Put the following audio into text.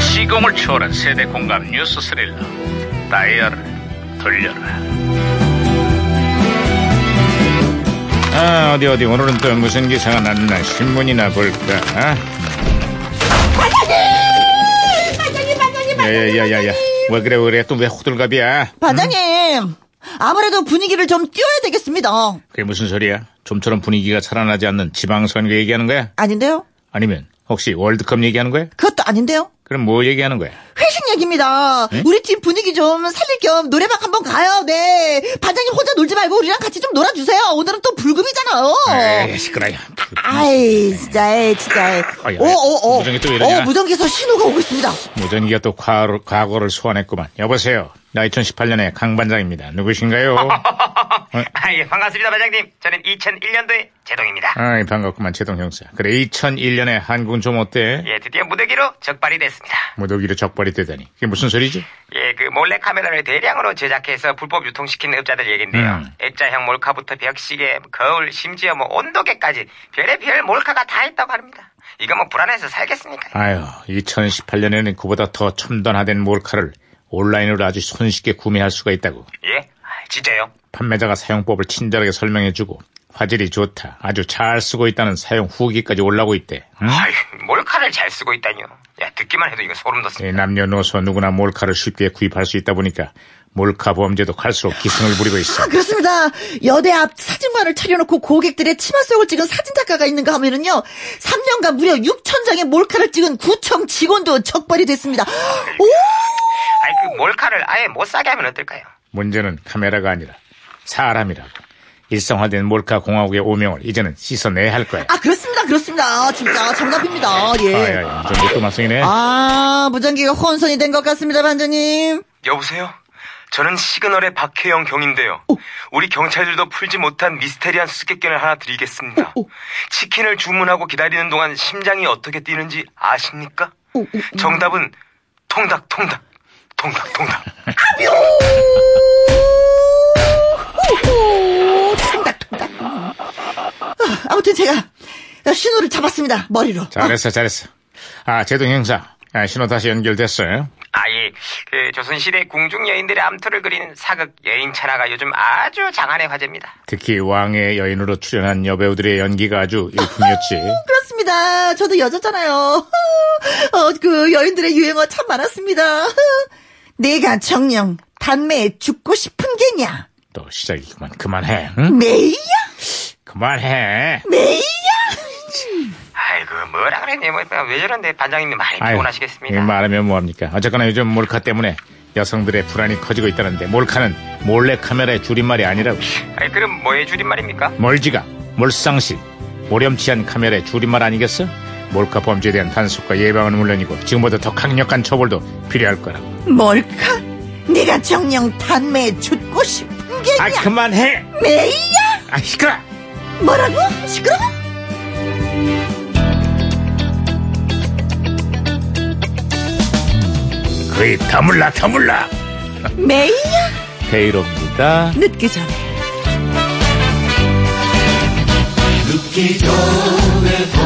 시공을 초월한 세대 공감 뉴스 스릴러 다이얼을 돌려라 아 어디 어디 오늘은 또 무슨 기사가 났나 신문이나 볼까 아, 반장님, 반장님, 예, 반장님. 야야야야야 왜 그래 왜 그래 또 왜 호들갑이야 반장님, 아무래도 분위기를 좀 띄워야 되겠습니다. 그게 무슨 소리야 좀처럼 분위기가 살아나지 않는 지방선거 얘기하는 거야 아닌데요? 아니면 혹시 월드컵 얘기하는 거야 그것도 아닌데요? 그럼 뭐 얘기하는 거야 회식 얘기입니다. 네? 우리 팀 분위기 좀 살릴 겸 노래방 한번 가요. 네. 반장님 혼자 놀지 말고 우리랑 같이 좀 놀아주세요. 오늘은 또 불금이잖아요. 에이 시끄러워 아이, 진짜, 에이, 진짜. 에이. 네. 아이, 아이, 오, 오, 오. 무전기 또왜 이러냐? 어, 무전기에서 신호가 오고 있습니다. 무전기가 또 과거를, 과거를 소환했구만. 여보세요. 나 2018년의 강반장입니다. 누구신가요? 아, 예, 반갑습니다, 반장님. 저는 2001년도에 제동입니다. 아이, 반갑구만, 제동 형사. 그래, 2001년에 한군 좀 어때? 예, 드디어 무더기로 적발이 됐습니다. 무더기로 적발이 되다니. 그게 무슨 소리지? 예, 그 몰래 카메라를 대량으로 제작해서 불법 유통시킨 업자들 얘긴데요. 음. 액자형 몰카부터 벽시계, 거울, 심지어 뭐 온도계까지 별의별 몰카가 다 있다고 합니다. 이거 뭐 불안해서 살겠습니까? 아유, 2018년에는 그보다 더 첨단화된 몰카를 온라인으로 아주 손쉽게 구매할 수가 있다고. 예? 아, 진짜요? 판매자가 사용법을 친절하게 설명해주고, 화질이 좋다, 아주 잘 쓰고 있다는 사용 후기까지 올라오고 있대. 응? 아이, 몰카를 잘 쓰고 있다니요. 야, 듣기만 해도 이거 소름 돋습니다. 이 남녀노소 누구나 몰카를 쉽게 구입할 수 있다 보니까 몰카 범죄도 갈수록 기승을 부리고 있어. 아, 그렇습니다. 여대 앞 사진관을 차려놓고 고객들의 치마 속을 찍은 사진작가가 있는가 하면은요, 3년간 무려 6천 장의 몰카를 찍은 구청 직원도 적발이 됐습니다. 오! 아이, 그 몰카를 아예 못 사게 하면 어떨까요? 문제는 카메라가 아니라 사람이라고. 일상화된 몰카 공화국의 오명을 이제는 씻어내야 할 거야. 아, 그렇습니다. 그렇습니다. 진짜 정답입니다. 예. 아야야, 무전기 또 맞성이네. 아, 무전기가 혼선이 된 것 같습니다, 반장님. 여보세요? 저는 시그널의 박혜영 경인데요. 어. 우리 경찰들도 풀지 못한 미스테리한 수수께끼를 하나 드리겠습니다. 어, 치킨을 주문하고 기다리는 동안 심장이 어떻게 뛰는지 아십니까? 어, 오, 오, 정답은 통닭, 통닭, 통닭, 통닭. 오, 통닭통닭. 아, 아무튼 제가 신호를 잡았습니다. 머리로. 잘했어, 잘했어. 아, 제동 형사. 아, 신호 다시 연결됐어요. 아예, 그 조선시대 궁중 여인들의 암투를 그린 사극 여인 천하가 요즘 아주 장안의 화제입니다. 특히 왕의 여인으로 출연한 여배우들의 연기가 아주 일품이었지. 그렇습니다. 저도 여자잖아요. 어, 그 여인들의 유행어 참 많았습니다. 내가 정령 단매에 죽고 싶은 게냐? 또 시작이구만. 그만해. 응? 메이야? 예, 그만해. 아이고, 뭐라 그랬네. 뭐, 왜 저런데 반장님이 많이 아유, 예, 피곤하시겠습니다. 이거 말하면 뭐합니까? 어쨌거나 요즘 몰카 때문에 여성들의 불안이 커지고 있다는데 몰카는 몰래 카메라의 줄임말이 아니라고. 아이, 그럼 뭐의 줄임말입니까? 멀지가 몰상실 오렴치한 카메라의 줄임말 아니겠어? 몰카 범죄에 대한 단속과 예방은 물론이고 지금보다 더 강력한 처벌도 필요할 거라고. 뭘까? 내가 정령 단매에 죽고 싶은 아 게냐? 그만해. 메이야? 아 시끄러. 뭐라고? 시끄러워? 그이 다물라 다물라. 메이야? 베이로입니다. 늦기 전에. 늦기 전에